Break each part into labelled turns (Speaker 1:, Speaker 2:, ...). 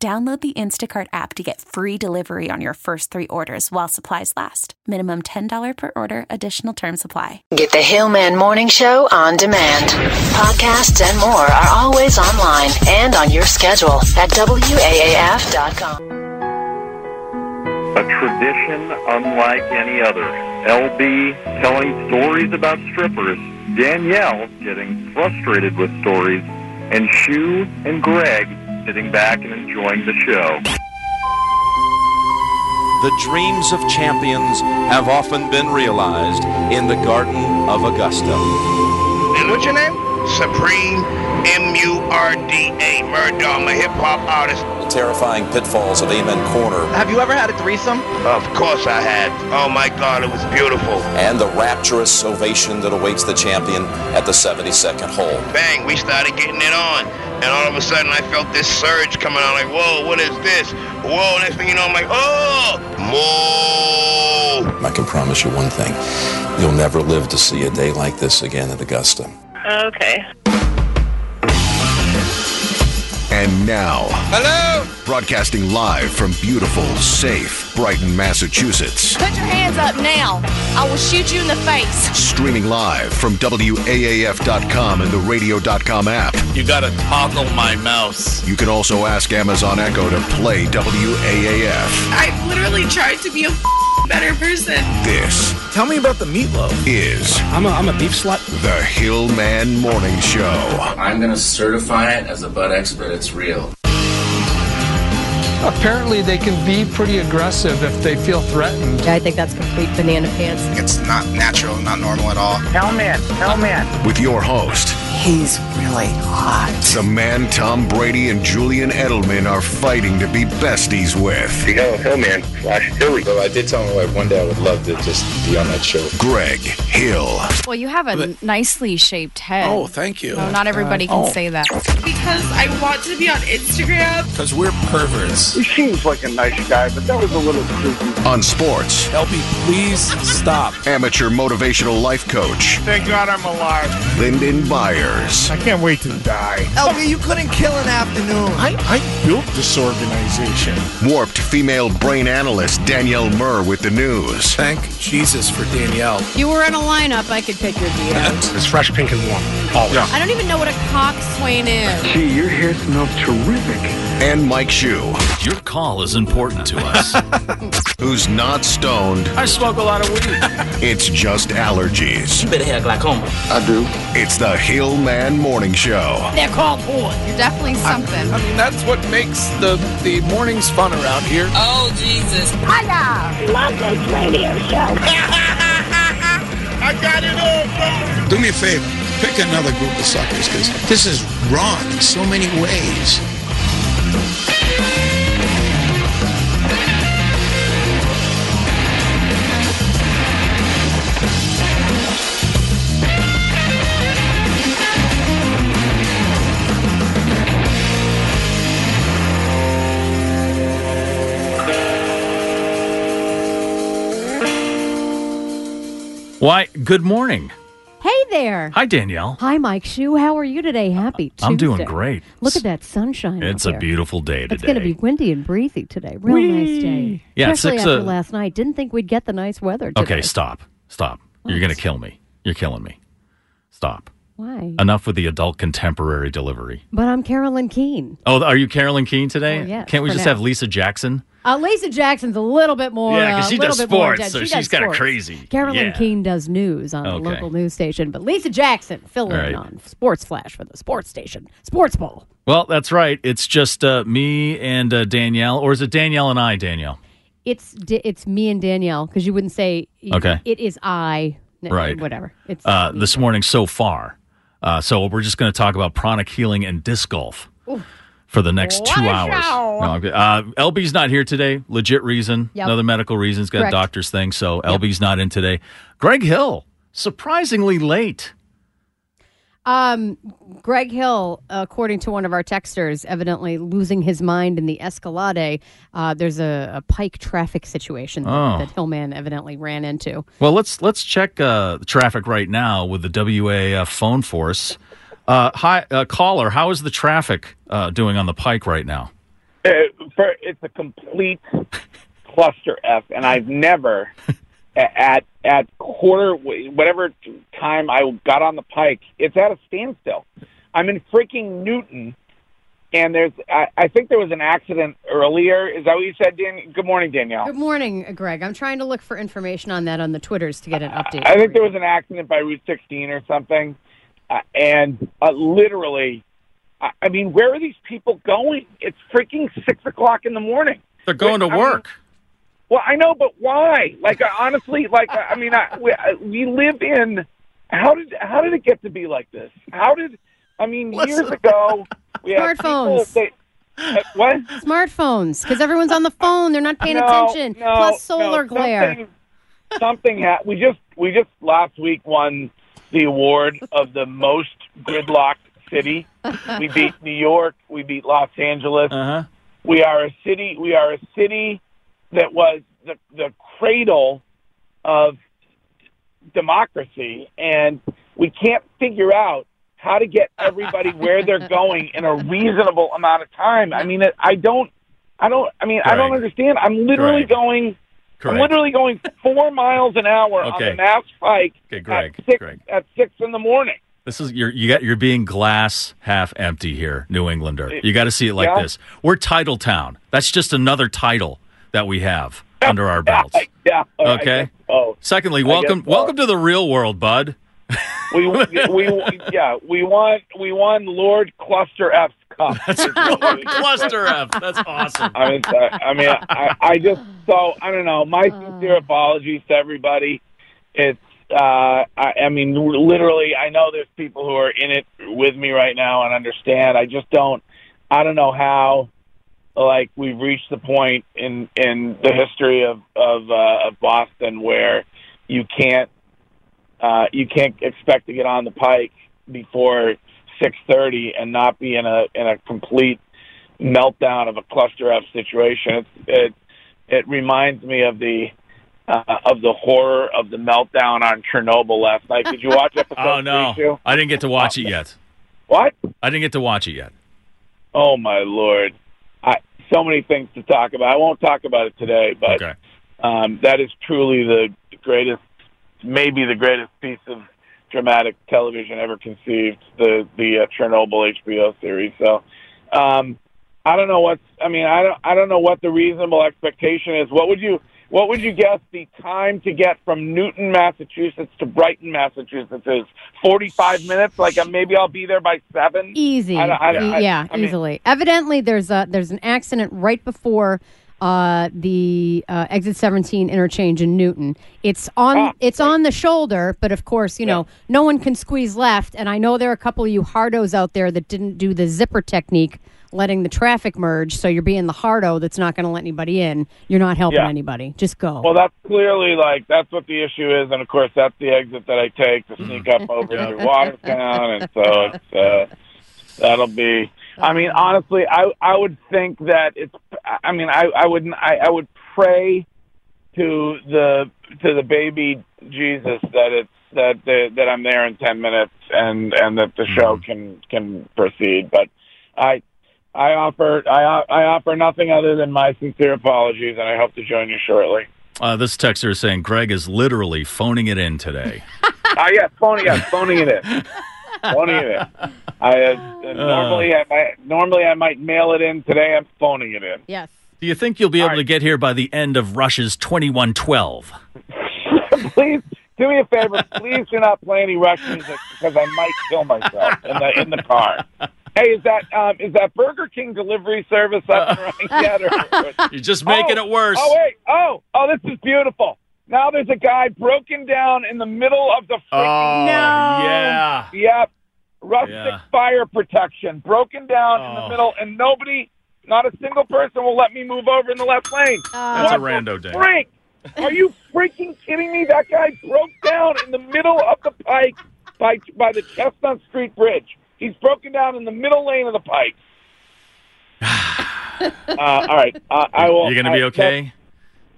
Speaker 1: Download the Instacart app to get free delivery on your first three orders while supplies last. Minimum $10 per order, additional term supply.
Speaker 2: Get the Hillman Morning Show on demand. Podcasts and more are always online and on your schedule at WAAF.com.
Speaker 3: A tradition unlike any other. LB telling stories about strippers, Danielle getting frustrated with stories, and Shu and Greg sitting back and enjoying the show.
Speaker 4: The dreams of champions have often been realized in the Garden of Augusta.
Speaker 5: And what's your name? Supreme M-U-R-D-A Murda. I'm a hip-hop artist.
Speaker 4: The terrifying pitfalls of Amen Corner
Speaker 6: Have you ever had a threesome?
Speaker 5: Of course I had. Oh my God, it was beautiful.
Speaker 4: and the rapturous salvation that awaits the champion at the 72nd hole.
Speaker 5: Bang, we started getting it on. And all of a sudden I felt this surge coming on like, whoa, what is this? Whoa, next thing you know, I'm like, oh, moo.
Speaker 4: I can promise you one thing you'll never live to see a day like this again at Augusta.
Speaker 7: Okay.
Speaker 8: And now. Hello! Broadcasting live from beautiful, safe Brighton, Massachusetts.
Speaker 9: Put your hands up now. I will shoot you in the face.
Speaker 8: Streaming live from WAAF.com and the radio.com app.
Speaker 10: You gotta toggle my mouse.
Speaker 8: You can also ask Amazon Echo to play WAAF.
Speaker 7: I literally tried to be a f- better person.
Speaker 8: This
Speaker 10: Tell me about the meatloaf.
Speaker 8: is
Speaker 10: I'm a, I'm a beef slut.
Speaker 8: the Hillman Morning Show.
Speaker 11: I'm gonna certify it as a butt expert. It's real.
Speaker 10: Apparently, they can be pretty aggressive if they feel threatened.
Speaker 9: I think that's complete banana pants.
Speaker 10: It's not natural, not normal at all.
Speaker 8: with your host. He's really hot. The man Tom Brady and Julian Edelman are fighting to be besties with.
Speaker 5: You know, Hillman slash Hilly.
Speaker 11: Though I did tell my wife one day I would love to just be on that show.
Speaker 8: Greg Hill.
Speaker 9: Well, you have a nicely shaped head.
Speaker 10: Oh, thank you.
Speaker 9: No, not everybody can say that.
Speaker 7: Because I want to be on Instagram.
Speaker 10: Because we're perverts.
Speaker 5: He seems like a nice guy, but that was a little creepy.
Speaker 8: On sports,
Speaker 10: LB, please stop.
Speaker 8: amateur motivational life coach
Speaker 5: Thank God I'm alive.
Speaker 8: Lyndon Byers.
Speaker 5: Can't wait to die.
Speaker 10: LB, you couldn't kill an afternoon.
Speaker 5: I, I built this organization.
Speaker 8: Warped female brain analyst Danielle Murr with the news.
Speaker 10: Thank Jesus for Danielle.
Speaker 9: You were in a lineup. I could pick your DMs.
Speaker 5: It's fresh, pink, and warm. Always.
Speaker 9: I don't even know what a coxswain is.
Speaker 3: Gee, your hair smells terrific.
Speaker 8: And Mike Shue,
Speaker 10: Your call is important to us.
Speaker 8: who's not stoned.
Speaker 10: I smoke a lot of weed.
Speaker 8: It's just allergies.
Speaker 11: You better have glaucoma.
Speaker 3: I do.
Speaker 8: It's the Hillman Morning Show.
Speaker 9: They're called boys. You're definitely something.
Speaker 10: I mean, that's what makes the, the mornings fun around here.
Speaker 7: Oh, Jesus.
Speaker 5: I got it all, bro.
Speaker 10: Do me a favor. Pick another group of suckers because this is wrong in so many ways.
Speaker 12: Why, good morning.
Speaker 9: Hey there.
Speaker 12: Hi, Danielle.
Speaker 9: Hi, Mike Shu. How are you today? Happy Tuesday.
Speaker 12: I'm doing great.
Speaker 9: Look at that sunshine.
Speaker 12: It's
Speaker 9: out
Speaker 12: a
Speaker 9: there.
Speaker 12: beautiful day today.
Speaker 9: It's going to be windy and breezy today. Real nice day.
Speaker 12: Yeah, it's
Speaker 9: Especially
Speaker 12: six,
Speaker 9: after
Speaker 12: uh,
Speaker 9: last night. Didn't think we'd get the nice weather today.
Speaker 12: Okay, stop. Stop. You're going to kill me. You're killing me. Stop.
Speaker 9: Why?
Speaker 12: Enough with the adult contemporary delivery.
Speaker 9: But I'm Carolyn Keene.
Speaker 12: Oh, are you Carolyn Keene today?
Speaker 9: Well, yes,
Speaker 12: Can't we
Speaker 9: for
Speaker 12: just
Speaker 9: now.
Speaker 12: have Lisa Jackson?
Speaker 9: Uh, Lisa Jackson's a little bit more.
Speaker 12: Yeah, 'cause
Speaker 9: uh,
Speaker 12: she
Speaker 9: little
Speaker 12: does
Speaker 9: bit more
Speaker 12: sports,
Speaker 9: intense.
Speaker 12: so
Speaker 9: She
Speaker 12: she's
Speaker 9: does
Speaker 12: kinda
Speaker 9: sports.
Speaker 12: crazy.
Speaker 9: Carolyn
Speaker 12: Yeah.
Speaker 9: Keene does news on
Speaker 12: Okay.
Speaker 9: the local news station, but Lisa Jackson filling
Speaker 12: All right.
Speaker 9: in on Sports Flash for the sports station, Sports Bowl.
Speaker 12: Well, that's right. It's just uh, me and uh, Danielle, or is it Danielle and I, Danielle?
Speaker 9: It's D- it's me and Danielle because you wouldn't say y-
Speaker 12: Okay.
Speaker 9: It is I. N-
Speaker 12: Right.
Speaker 9: Whatever. It's
Speaker 12: Uh,
Speaker 9: me.
Speaker 12: this morning so far. Uh, so we're just going to talk about pranic healing and disc golf.
Speaker 4: for the next two hours. No, I'm good. uh, LB's not here today. Legit reason.
Speaker 13: Yep.
Speaker 4: Another medical reason. He's got
Speaker 13: Correct.
Speaker 4: a doctor's thing. So LB's not in today. Greg Hill, surprisingly late.
Speaker 9: Um, Greg Hill, according to one of our texters, evidently losing his mind in the Escalade. Uh, there's a, a Pike traffic situation that,
Speaker 4: Oh.
Speaker 9: that Hillman evidently ran into.
Speaker 4: Well, let's let's check uh, the traffic right now with the WAF phone force. Uh, hi, uh, caller. How is the traffic uh, doing on the Pike right now?
Speaker 7: Uh, for, it's a complete cluster f, and I've never a- at at quarter whatever time I got on the pike, it's at a standstill. I'm in freaking Newton, and there's I, I think there was an accident earlier. Is that what you said, Dan? Good morning, Danielle.
Speaker 9: Good morning, Greg. I'm trying to look for information on that on the Twitters to get an update.
Speaker 7: I think there was an accident by Route 16 or something, uh, and uh, literally, I, I mean, where are these people going? It's freaking six o'clock in the morning.
Speaker 4: They're going to
Speaker 7: I mean,
Speaker 4: work.
Speaker 7: well, I know, but why? Like, I- honestly, like, I I mean, I, we, I, we live in. How did how did it get to be like this? How did I mean? Years ago, we had people,
Speaker 9: Smartphones.
Speaker 7: they, uh, what?
Speaker 9: Smartphones, because everyone's on the phone. They're not paying
Speaker 7: No,
Speaker 9: attention.
Speaker 7: no,
Speaker 9: Plus solar
Speaker 7: no,
Speaker 9: glare.
Speaker 7: something- Something ha- we just we just last week won the award of the most gridlocked city. We beat New York. We beat Los Angeles.
Speaker 4: Uh-huh.
Speaker 7: We are a city. We are a city that was the the cradle of democracy, and we can't figure out how to get everybody where they're going in a reasonable amount of time. I mean, I don't, I don't, I mean, I don't
Speaker 4: Correct.
Speaker 7: understand. I'm literally
Speaker 4: Correct.
Speaker 7: going,
Speaker 4: Correct.
Speaker 7: I'm literally going four miles an hour on
Speaker 4: Okay.
Speaker 7: the Mass Pike
Speaker 4: Okay, Greg.
Speaker 7: at six
Speaker 4: Greg.
Speaker 7: at six in the morning.
Speaker 4: This is you're you got you're being glass half empty here, New Englander. You got to see it like
Speaker 7: Yeah.
Speaker 4: this. We're title town. That's just another title that we have under our belts.
Speaker 7: Yeah. I
Speaker 4: Okay.
Speaker 7: guess so.
Speaker 4: Secondly,
Speaker 7: I
Speaker 4: welcome
Speaker 7: guess so.
Speaker 4: welcome to the real world, bud.
Speaker 7: we, we, yeah, we want, we won Lord Cluster F's cup. Lord
Speaker 4: Cluster F. That's awesome.
Speaker 7: I mean, I, I mean, I, I just so I don't know. My sincere apologies to everybody. It's uh, I, I mean, literally, I know there's people who are in it with me right now and understand. I just don't. I don't know how. Like we've reached the point in in the history of of, uh, of Boston where you can't uh, you can't expect to get on the pike before six thirty and not be in a in a complete meltdown of a cluster F situation. It it, it reminds me of the uh, of the horror of the meltdown on Chernobyl last night. Did you watch episode
Speaker 4: Oh
Speaker 7: three, too?
Speaker 4: no, I didn't get to watch it yet.
Speaker 7: What?
Speaker 4: I didn't get to watch it yet.
Speaker 7: Oh my lord! I so many things to talk about. I won't talk about it today, but um, that is truly the greatest, maybe the greatest piece of dramatic television ever conceived. The the uh, Chernobyl HBO series. So. Um, I don't know what's. I mean, I don't. I don't know what the reasonable expectation is. What would you? What would you guess the time to get from Newton, Massachusetts, to Brighton, Massachusetts is? Forty-five minutes. Like uh, maybe I'll be there by seven.
Speaker 9: Easy.
Speaker 7: I don't- I don't-
Speaker 9: E-
Speaker 7: I-
Speaker 9: yeah,
Speaker 7: I mean-
Speaker 9: easily. Evidently, there's a there's an accident right before uh, the uh, exit 17 interchange in Newton. It's on
Speaker 7: Ah,
Speaker 9: it's on the shoulder, but of course, you know, no one can squeeze left. And I know there are a couple of you hardos out there that didn't do the zipper technique, letting the traffic merge. So you're being the hardo that's not going to let anybody in. You're not helping
Speaker 7: Yeah.
Speaker 9: anybody. Just go.
Speaker 7: Well, that's clearly like that's what the issue is, and of course that's the exit that I take to sneak up over to Watertown, and so it's, uh, that'll be. I mean, honestly, I I would think that it's. I mean, I I would I, I would pray to the to the baby Jesus that it's that the, that I'm there in ten minutes and and that the show can can proceed, but I. I offer I, I offer nothing other than my sincere apologies, and I hope to join you shortly.
Speaker 4: Uh, this texter is saying Greg is literally phoning it in today.
Speaker 7: I Oh, yeah, phoning it, phoning it in, phoning it in. I uh, normally I might, normally I might mail it in. Today I'm phoning it in.
Speaker 9: Yes.
Speaker 4: Do you think you'll be able to get here by the end of Rush's twenty-one twelve?
Speaker 7: Please do me a favor. Please do not play any Rush music because I might kill myself in the in the car. Hey, is that um, is that Burger King delivery service up and running yet? Or,
Speaker 4: You're just making
Speaker 7: Oh,
Speaker 4: it worse.
Speaker 7: Oh wait, oh oh, this is beautiful. Now there's a guy broken down in the middle of the freaking
Speaker 4: Oh, No. yeah. Oh.
Speaker 7: Yep.
Speaker 3: rustic
Speaker 6: Yeah.
Speaker 3: fire protection broken down in the middle, and nobody, not a single person, will let me move over in the left lane.
Speaker 8: That's
Speaker 9: Uh,
Speaker 8: a
Speaker 3: What the
Speaker 8: rando day.
Speaker 3: Freak! Are you freaking kidding me? That guy broke down in the middle of the pike by by the Chestnut Street Bridge. He's broken down in the middle lane of the pike. uh, all right, uh, I will.
Speaker 8: You're going to be
Speaker 3: I-
Speaker 8: okay?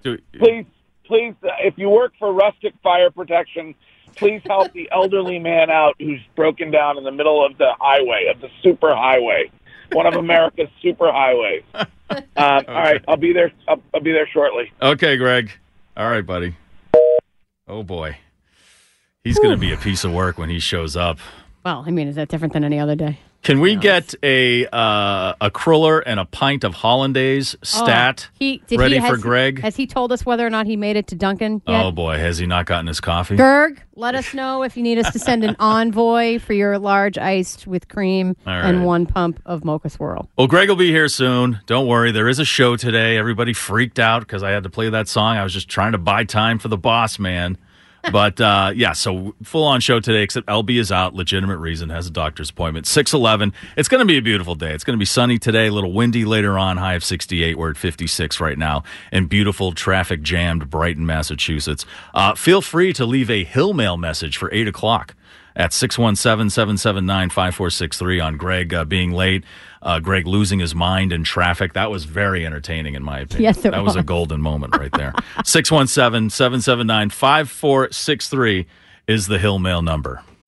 Speaker 8: Do,
Speaker 3: please, please, uh, if you work for Rustic Fire Protection, please help the elderly man out who's broken down in the middle of the highway, of the super highway, one of America's super highways. Um, All right, I'll be there. I'll, I'll be there shortly.
Speaker 8: okay, Greg. All right, buddy. Oh, boy. He's going to be a piece of work when he shows up.
Speaker 9: Well, I mean, is that different than any other day?
Speaker 8: Can we get a uh, a cruller and a pint of hollandaise stat
Speaker 9: Oh, he, did
Speaker 8: ready
Speaker 9: he, has,
Speaker 8: for Greg?
Speaker 9: Has he told us whether or not he made it to Duncan yet?
Speaker 8: Oh boy, has he not gotten his coffee?
Speaker 9: Gerg, let us know if you need us to send an envoy for your large iced with cream
Speaker 8: All right.
Speaker 9: and one pump of mocha swirl.
Speaker 8: Well, Greg will be here soon. Don't worry. There is a show today. Everybody freaked out because I had to play that song. I was just trying to buy time for the boss man. But uh, yeah, so full on show today, except LB is out. Legitimate reason has a doctor's appointment. 611. It's going to be a beautiful day. It's going to be sunny today, a little windy later on. High of 68. We're at 56 right now. And beautiful traffic jammed Brighton, Massachusetts. Uh, feel free to leave a Hill Mail message for 8 o'clock at 617-779-5463 on Greg uh, being late, uh, Greg losing his mind in traffic. That was very entertaining in my opinion.
Speaker 14: Yes, it
Speaker 8: that was. a
Speaker 14: was.
Speaker 8: golden moment right there. 617-779-5463 is the Hill Mail number.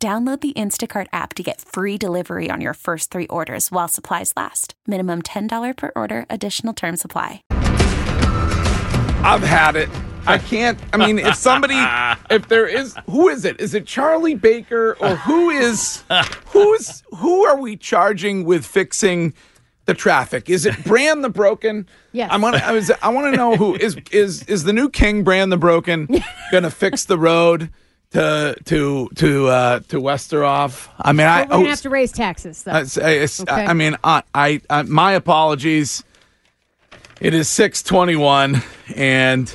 Speaker 1: Download the Instacart app to get free delivery on your first three orders while supplies last. Minimum $10 per order, additional term supply.
Speaker 7: I've had it. I can't. I mean, if somebody, if there is, who is it? Is it Charlie Baker or who is, who's, who are we charging with fixing the traffic? Is it Brand the Broken?
Speaker 9: Yes.
Speaker 7: I want. I was. I want to know who is is is the new King Brand the Broken going to fix the road to to to uh to Westeroff? I mean, I
Speaker 9: But we're gonna
Speaker 7: oh,
Speaker 9: have to raise taxes. Though.
Speaker 7: I, I, uh, I, I
Speaker 9: Okay.
Speaker 7: mean, I, I, I my apologies. It is six twenty one, and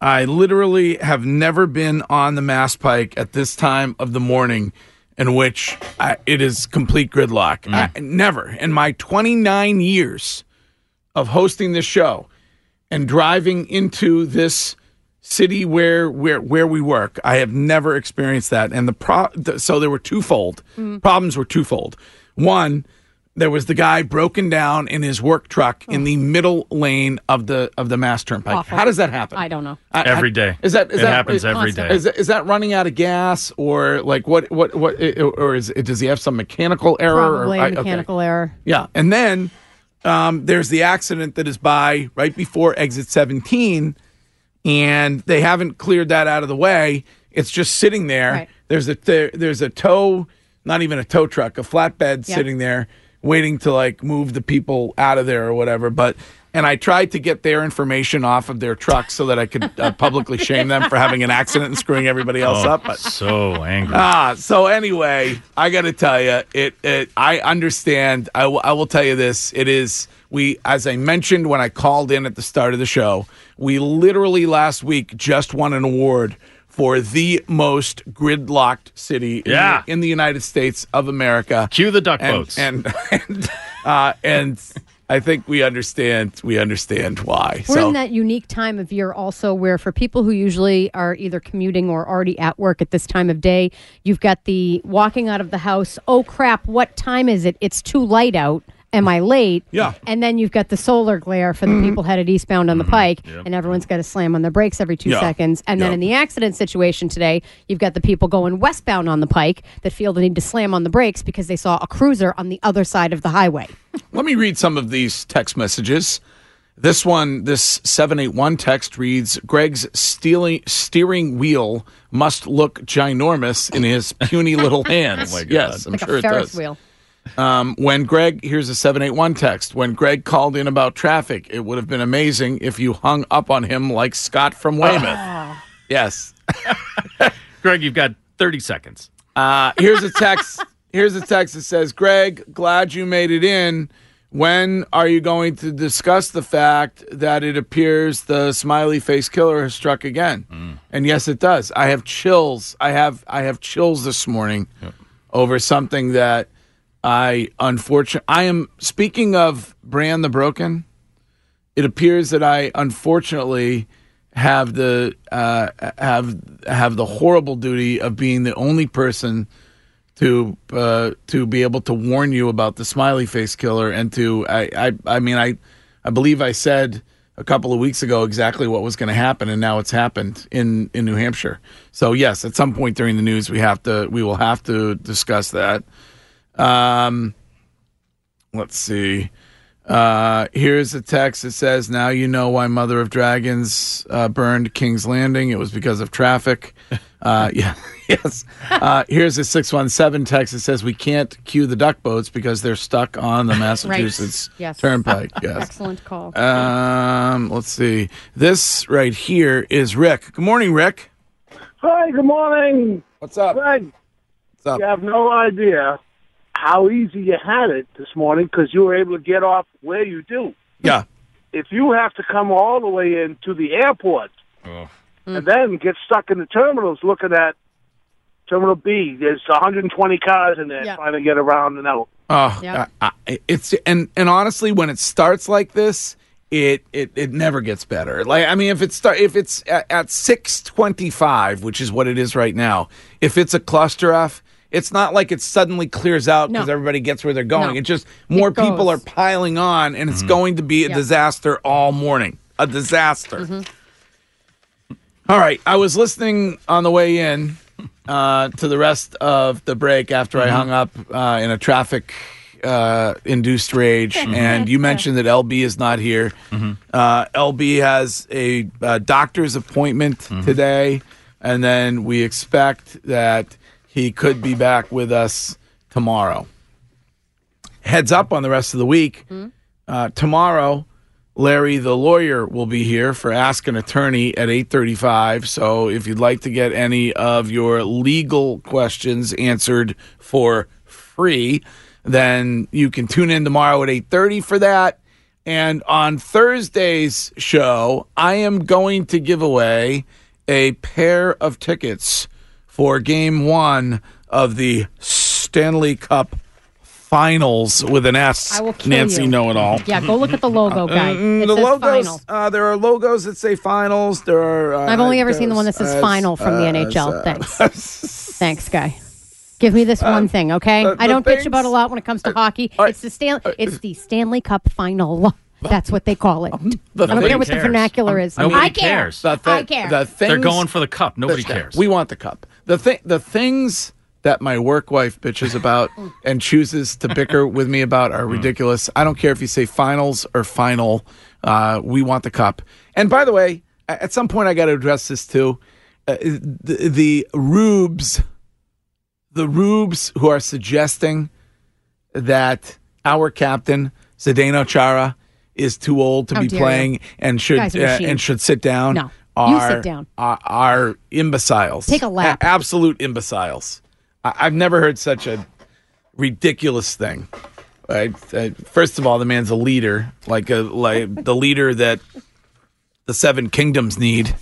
Speaker 7: I literally have never been on the Mass Pike at this time of the morning, in which I, it is complete gridlock. I, never in my twenty nine years of hosting this show and driving into this city where where where we work i have never experienced that and the pro th- so there were twofold
Speaker 9: Mm-hmm.
Speaker 15: Mm.
Speaker 7: problems were twofold one there was the guy broken down in his work truck in the middle lane of the of the mass turnpike
Speaker 9: Awful.
Speaker 7: how does that happen
Speaker 9: I don't know.
Speaker 8: Every day.
Speaker 7: is that is
Speaker 8: It
Speaker 7: that
Speaker 8: happens every
Speaker 7: every
Speaker 8: day.
Speaker 7: day? Is, that- is that running out of gas or like what what what or is it does he have some mechanical error
Speaker 9: Probably
Speaker 7: or I-
Speaker 9: a
Speaker 7: okay.
Speaker 9: mechanical error.
Speaker 7: Yeah, and then um, there's the accident that is by right before exit 17, and they haven't cleared that out of the way. It's just sitting there. There's a there, there's a tow, not even a tow truck, a flatbed
Speaker 16: Yeah.
Speaker 7: sitting there waiting to like move the people out of there or whatever. But and I tried to get their information off of their truck so that I could uh, publicly shame them for having an accident and screwing everybody else
Speaker 8: Oh,
Speaker 7: up. But
Speaker 8: so angry.
Speaker 7: Ah, so anyway, I got to tell you, it, it. I understand. I will- I will tell you this. It is we, as I mentioned when I called in at the start of the show, we literally last week just won an award for the most gridlocked city in the-
Speaker 8: Yeah.
Speaker 7: in, the United States of America.
Speaker 8: Cue the duck
Speaker 7: and,
Speaker 8: boats.
Speaker 7: and and, uh, and I think we understand. We understand why.
Speaker 9: We're
Speaker 7: so
Speaker 9: in that unique time of year also where for people who usually are either commuting or already at work at this time of day, you've got the walking out of the house, oh crap, what time is it? It's too light out. Am I late?
Speaker 7: Yeah. Mm-hmm.
Speaker 9: And then you've got the solar glare for the people headed eastbound on the pike, and everyone's got to slam on their brakes every two
Speaker 17: Yeah.
Speaker 9: seconds. And then
Speaker 17: Yeah.
Speaker 9: in the accident situation today, you've got the people going westbound on the pike that feel the need to slam on the brakes because they saw a cruiser on the other side of the highway.
Speaker 7: Let me read some of these text messages. This one, this 781 text reads Greg's stealing, steering wheel must look ginormous in his puny little hands.
Speaker 8: Oh my God.
Speaker 7: Yes, I'm
Speaker 8: Like a
Speaker 7: sure it
Speaker 8: Ferris
Speaker 7: does.
Speaker 8: wheel.
Speaker 7: Um, when Greg, here's a 781 text. When Greg called in about traffic, it would have been amazing if you hung up on him like Scott from Weymouth. yes.
Speaker 8: Ah. Greg, you've got 30 seconds.
Speaker 7: Uh, here's a text. here's a text that says, "Greg, glad you made it in. When are you going to discuss the fact that it appears the smiley face killer has struck again?"
Speaker 8: Mm.
Speaker 7: And yes, it does. I have chills. I have I have chills this morning over something that I unfortunately I am speaking of Brand the Broken it appears that I unfortunately have the uh, have have the horrible duty of being the only person to uh, to be able to warn you about the smiley face killer and to I I, I mean I I believe I said a couple of weeks ago exactly what was going to happen and now it's happened in in New Hampshire. So yes, at some point during the news we have to we will have to discuss that. Um, let's see. Uh, here's a text that says, "Now you know why Mother of Dragons uh, burned King's Landing. It was because of traffic." Uh, yeah, yes. Uh, here's a six one seven text that says, "We can't cue the duck boats because they're stuck on the Massachusetts
Speaker 9: Yes.
Speaker 7: Turnpike." Yes.
Speaker 9: Excellent call.
Speaker 7: Um, let's see. This right here is Rick. Good morning, Rick.
Speaker 6: Hi, good morning.
Speaker 7: What's up?
Speaker 6: Greg,
Speaker 7: What's up?
Speaker 6: you have no idea how easy you had it this morning because you were able to get off where you do.
Speaker 7: Yeah.
Speaker 6: If you have to come all the way in to the airport and then get stuck in the terminals looking at Terminal B, there's 120 cars in there trying to get around and out.
Speaker 7: Oh,
Speaker 6: Yeah.
Speaker 7: I, I, it's and and honestly, when it starts like this, it it, it never gets better. Like I mean, if it start if it's at, at six twenty five, which is what it is right now, if it's a cluster F, it's not like it suddenly clears out because everybody gets where they're going.
Speaker 8: No.
Speaker 7: It's just more
Speaker 8: It
Speaker 7: people are
Speaker 8: goes.
Speaker 7: piling on, and it's going to be a
Speaker 8: Yeah.
Speaker 7: disaster all morning. A disaster. All right. I was listening on the way in uh, to the rest of the break after I hung up uh, in a traffic uh, induced rage. And you mentioned that LB is not here. Uh, LB has a uh, doctor's appointment today. And then we expect that he could be back with us tomorrow. Heads up on the rest of the week. Uh, tomorrow, Larry the lawyer will be here for Ask an Attorney at 8:35. So if you'd like to get any of your legal questions answered for free, then you can tune in tomorrow at 8:30 for that. And on Thursday's show, I am going to give away a pair of tickets for game 1 of the Stanley Cup Finals with an S.
Speaker 9: I will kill
Speaker 7: Nancy
Speaker 9: you.
Speaker 7: know it all.
Speaker 9: Yeah, go look at the logo, guy.
Speaker 7: Mm,
Speaker 9: It
Speaker 7: the
Speaker 9: says
Speaker 7: logos.
Speaker 9: final.
Speaker 7: Uh, there are logos that say finals. There are. Uh,
Speaker 9: I've only ever seen the one that says
Speaker 7: uh,
Speaker 9: final from the
Speaker 7: uh,
Speaker 9: NHL.
Speaker 7: uh,
Speaker 9: Thanks. Thanks, guy. Give me this one thing, okay?
Speaker 7: the-
Speaker 9: I
Speaker 7: Uh, the
Speaker 9: don't bitch
Speaker 7: things- uh,
Speaker 9: about a lot when it comes to hockey. It's the Stan- it's the Stanley Cup final. That's what they call it. I don't
Speaker 8: Nobody
Speaker 9: care what the
Speaker 8: cares.
Speaker 9: vernacular is.
Speaker 8: Nobody
Speaker 9: I care.
Speaker 8: cares.
Speaker 7: The thi-
Speaker 9: I care.
Speaker 7: The things,
Speaker 8: They're going for the cup. Nobody
Speaker 7: the-
Speaker 8: cares.
Speaker 7: We want the cup. The thing. The things that my work wife bitches about and chooses to bicker with me about
Speaker 8: Mm.
Speaker 7: are ridiculous. I don't care if you say finals or final. Uh, we want the cup. And by the way, a- at some point I got to address this too. Uh, the, the rubes, the rubes who are suggesting that our captain Zdeno Chara is too old to
Speaker 9: How
Speaker 7: be
Speaker 9: dare
Speaker 7: playing
Speaker 9: you.
Speaker 7: and should
Speaker 9: Guy's a
Speaker 7: uh,
Speaker 9: machine.
Speaker 7: and should sit down.
Speaker 9: No.
Speaker 7: Are,
Speaker 9: You sit down.
Speaker 7: Are, are imbeciles?
Speaker 9: Take a lap.
Speaker 7: A- absolute imbeciles. I- I've never heard such a ridiculous thing. I, I, first of all, the man's a leader, like a like the leader that the Seven Kingdoms need.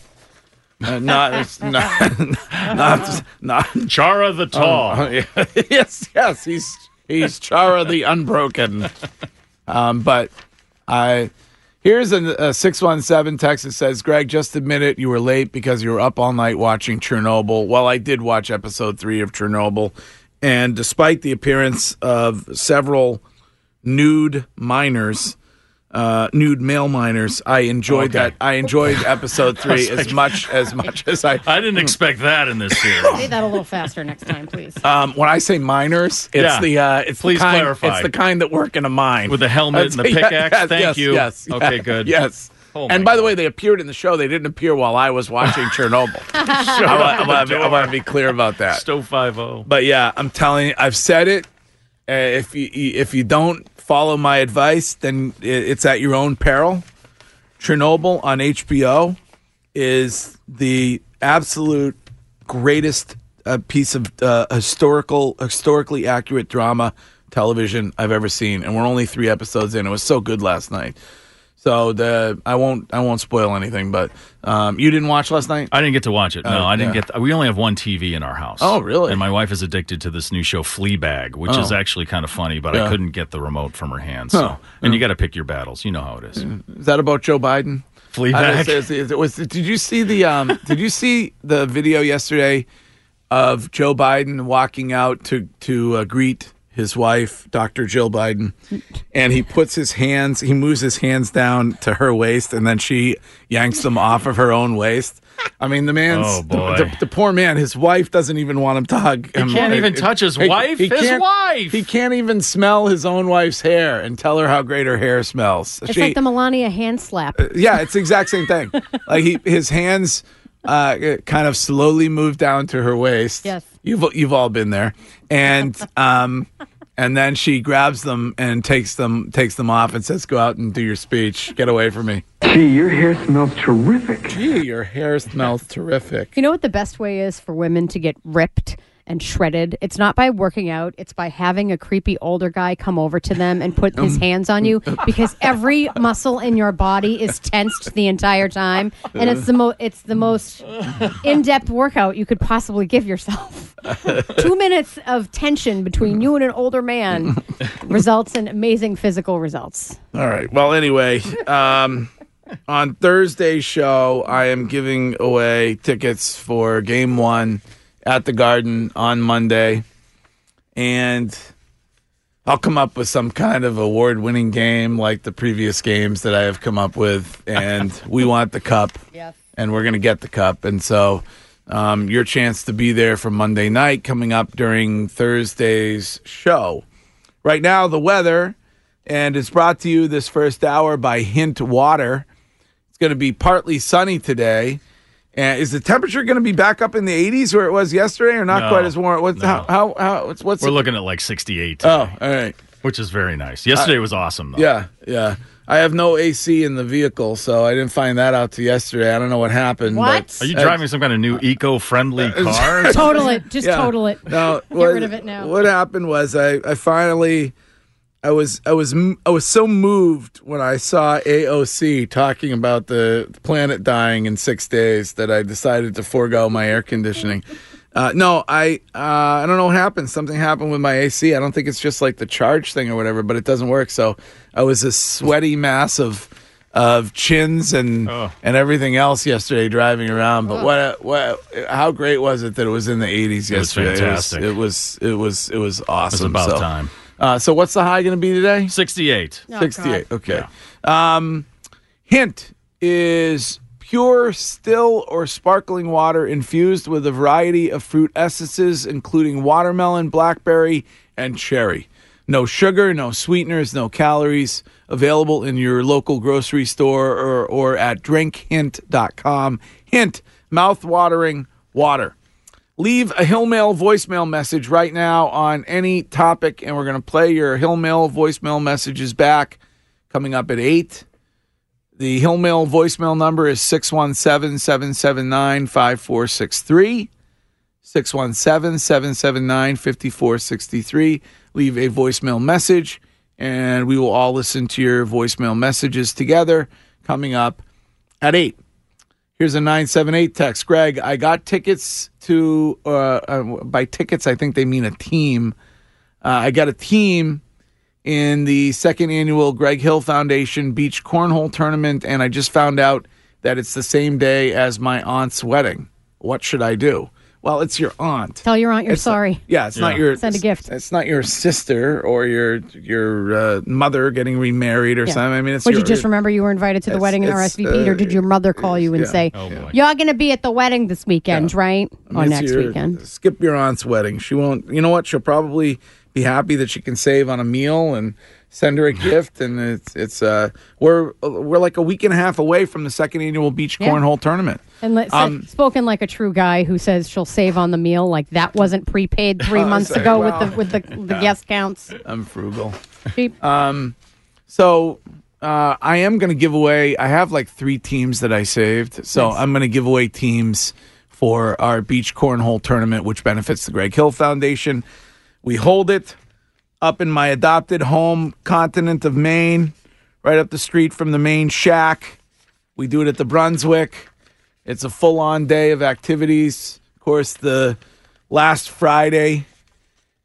Speaker 7: Uh, not, not, not, not
Speaker 8: Chara the Tall.
Speaker 7: yes, yes, he's he's Chara the Unbroken. Um, but I here's a, a six one seven text that says, "Greg, just admit it. You were late because you were up all night watching Chernobyl. Well, I did watch episode three of Chernobyl, and despite the appearance of several nude minors." Uh, nude male minors. I enjoyed
Speaker 8: Okay.
Speaker 7: that. I enjoyed episode
Speaker 8: I was
Speaker 7: three as
Speaker 8: like-
Speaker 7: much as much as I.
Speaker 8: I didn't expect that in this series.
Speaker 9: Say that a little faster next time, please.
Speaker 7: Um, when I say minors, it's
Speaker 8: Yeah.
Speaker 7: the uh, it's
Speaker 8: Please
Speaker 7: the kind,
Speaker 8: clarify.
Speaker 7: It's the kind that work in a mine
Speaker 8: With the helmet and the
Speaker 7: That's- yeah,
Speaker 8: pickaxe?
Speaker 7: yes,
Speaker 8: Thank
Speaker 7: yes,
Speaker 8: you.
Speaker 7: Yes.
Speaker 8: Okay,
Speaker 7: yes,
Speaker 8: good.
Speaker 7: Yes.
Speaker 8: Oh
Speaker 7: and by the way, they appeared in the show. They didn't appear while I was watching Chernobyl. I want to be clear about that.
Speaker 8: Stove 5 0.
Speaker 7: But yeah, I'm telling you, I've said it. Uh, if you if you don't follow my advice, then i- it's at your own peril. Chernobyl on HBO is the absolute greatest uh, piece of uh, historical historically accurate drama television I've ever seen, and we're only three episodes in. It was so good last night. So the I won't I won't spoil anything, but um, you didn't watch last night.
Speaker 8: I didn't get to watch it. No,
Speaker 7: Oh,
Speaker 8: I didn't
Speaker 7: yeah.
Speaker 8: get. we only have one TV in our house.
Speaker 7: Oh, really?
Speaker 8: And my wife is addicted to this new show, Fleabag, which is
Speaker 7: Oh.
Speaker 8: actually kind of funny, but
Speaker 7: Yeah.
Speaker 8: I couldn't get the remote from her hand. So,
Speaker 7: Huh.
Speaker 8: and you got to pick your battles. You know how it is.
Speaker 7: Is that about Joe Biden?
Speaker 8: Fleabag.
Speaker 7: I was- is- is- was- did you see the um, Did you see the video yesterday of Joe Biden walking out to to uh, greet his wife, Dr. Jill Biden, and he puts his hands, he moves his hands down to her waist, and then she yanks them off of her own waist. I mean, the man's
Speaker 8: Oh,
Speaker 7: the-
Speaker 8: boy.
Speaker 7: The, the poor man. His wife doesn't even want him to hug.
Speaker 8: He
Speaker 7: him.
Speaker 8: can't
Speaker 7: It-
Speaker 8: even
Speaker 7: it-
Speaker 8: touch his
Speaker 7: he-
Speaker 8: wife?
Speaker 7: He
Speaker 8: His
Speaker 7: can't-
Speaker 8: wife!
Speaker 7: He can't even smell his own wife's hair and tell her how great her hair smells.
Speaker 9: It's like the Melania hand slap.
Speaker 7: Yeah, it's the exact same thing. like he, his hands uh, kind of slowly move down to her waist.
Speaker 9: Yes.
Speaker 7: you've you've all been there, and um, and then she grabs them and takes them takes them off and says, "Go out and do your speech. Get away from me."
Speaker 14: Gee, your hair smells terrific.
Speaker 7: Gee, your hair smells terrific.
Speaker 9: You know what the best way is for women to get ripped and shredded? It's not by working out, it's by having a creepy older guy come over to them and put his hands on you because every muscle in your body is tensed the entire time and it's the mo- it's the most in-depth workout you could possibly give yourself. 2 minutes of tension between you and an older man results in amazing physical results.
Speaker 7: All right. Well, anyway, um, on Thursday's show, I am giving away tickets for game one at the Garden on Monday. And I'll come up with some kind of award winning game like the previous games that I have come up with. And we want the cup. Yes. And we're going to get the cup. And so um, your chance to be there for Monday night coming up during Thursday's show. Right now, the weather, and it's brought to you this first hour by Hint Water. It's going to be partly sunny today. And is the temperature going to be back up in the 80s where it was yesterday, or not
Speaker 8: No,
Speaker 7: quite as warm? What's how, how how what's what's
Speaker 8: We're
Speaker 7: the-
Speaker 8: looking at like 68.
Speaker 7: Oh, all right.
Speaker 8: Which is very nice. Yesterday
Speaker 7: Uh,
Speaker 8: was awesome, though.
Speaker 7: Yeah, yeah. I have no AC in the vehicle, so I didn't find that out till yesterday. I don't know what happened. but-
Speaker 8: Are you driving some kind of new
Speaker 7: Uh,
Speaker 8: eco-friendly car?
Speaker 9: Total it. Just total it.
Speaker 7: No,
Speaker 9: Get
Speaker 7: what-
Speaker 9: rid of it now.
Speaker 7: What happened was I, I finally I was I was m- I was so moved when I saw AOC talking about the planet dying in 6 days that I decided to forego my air conditioning. Uh, no, I uh, I don't know what happened. Something happened with my AC. I don't think it's just like the charge thing or whatever, but it doesn't work. So I was a sweaty mass of of chins and and everything else yesterday driving around.
Speaker 9: Oh.
Speaker 7: But what a, what a- how great was it that it was in the 80s
Speaker 8: It was
Speaker 7: yesterday?
Speaker 8: fantastic.
Speaker 7: It was it was it was, awesome.
Speaker 8: about
Speaker 7: So,
Speaker 8: time.
Speaker 7: Uh, so what's the high going to be today?
Speaker 8: 68.
Speaker 7: Oh, 68. Okay. Um, hint is pure, still, or sparkling water infused with a variety of fruit essences, including watermelon, blackberry, and cherry. No sugar, no sweeteners, no calories. Available in your local grocery store or, or at drinkhint.com. Hint, mouth-watering water. Leave a Hill Mail voicemail message right now on any topic, and we're going to play your Hill Mail voicemail messages back coming up at 8. The Hill Mail voicemail number is 617 779 5463. 617 779 5463. Leave a voicemail message, and we will all listen to your voicemail messages together coming up at 8. Here's a 978 text. Greg, I got tickets to, uh, uh, by tickets, I think they mean a team. Uh, I got a team in the second annual Greg Hill Foundation Beach Cornhole Tournament, and I just found out that it's the same day as my aunt's wedding. What should I do? Well, it's your aunt.
Speaker 9: Tell your aunt you're
Speaker 7: It's-
Speaker 9: sorry.
Speaker 7: Yeah, it's not your
Speaker 9: send a gift.
Speaker 7: It's, not your sister or your your uh, mother getting remarried or
Speaker 9: Yeah.
Speaker 7: something. I mean, it's
Speaker 9: Would
Speaker 7: your,
Speaker 9: you just remember you were invited to the
Speaker 7: it's- uh,
Speaker 9: wedding and
Speaker 7: it's,
Speaker 9: RSVP'd, or did your mother call you and say, "You're going to be at the wedding this weekend, right?
Speaker 7: I mean,
Speaker 9: or
Speaker 7: it's
Speaker 9: next
Speaker 7: your-
Speaker 9: weekend?"
Speaker 7: Skip your aunt's wedding. She won't. You know what? She'll probably be happy that she can save on a meal and send her a gift, and it's it's uh we're we're like a week and a half away from the second annual beach
Speaker 9: Yeah.
Speaker 7: cornhole tournament.
Speaker 9: And let,
Speaker 7: Um,
Speaker 9: said- spoken like a true guy who says she'll save on the meal. Like that wasn't prepaid three
Speaker 7: Oh,
Speaker 9: months
Speaker 7: sorry.
Speaker 9: ago
Speaker 7: Well,
Speaker 9: with the with the, the
Speaker 7: yeah.
Speaker 9: guest counts.
Speaker 7: I'm frugal.
Speaker 9: Cheap.
Speaker 7: Um, so uh, I am going to give away. I have like three teams that I saved, so
Speaker 15: Nice.
Speaker 7: I'm going to give away teams for our beach cornhole tournament, which benefits the Greg Hill Foundation. We hold it up in my adopted home continent of Maine, right up the street from the Maine shack. We do it at the Brunswick. It's a full on day of activities. Of course, the last Friday,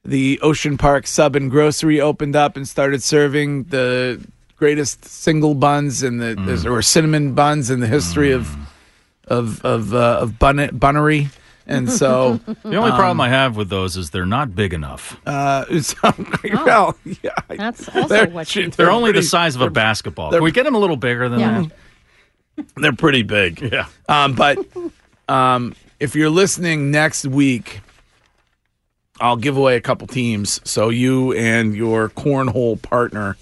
Speaker 7: the Ocean Park Sub and Grocery opened up and started serving the greatest single buns in the or cinnamon buns in the history of of of uh, of bun- bunnery. And so
Speaker 8: the only problem
Speaker 7: um,
Speaker 8: I have with those is they're not big enough.
Speaker 7: uh, it's well, yeah,
Speaker 9: that's
Speaker 7: They're- Mm.
Speaker 8: they're, only the size of a basketball. Can we get them a little bigger than
Speaker 7: Yeah.
Speaker 8: that?
Speaker 7: They're pretty big. Yeah. Um, but um, if you're listening next week, I'll give away a couple teams so you and your cornhole partner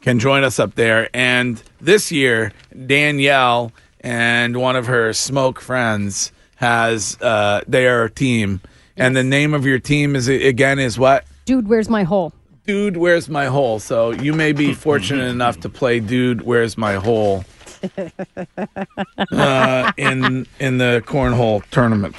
Speaker 7: can join us up there. And this year, Danielle and one of her smoke friends has uh, their team. And the name of your team is again is what?
Speaker 9: Dude, where's my hole?
Speaker 7: Dude, where's my hole? So you may be fortunate enough to play Dude, where's my hole? uh, in in the cornhole tournament.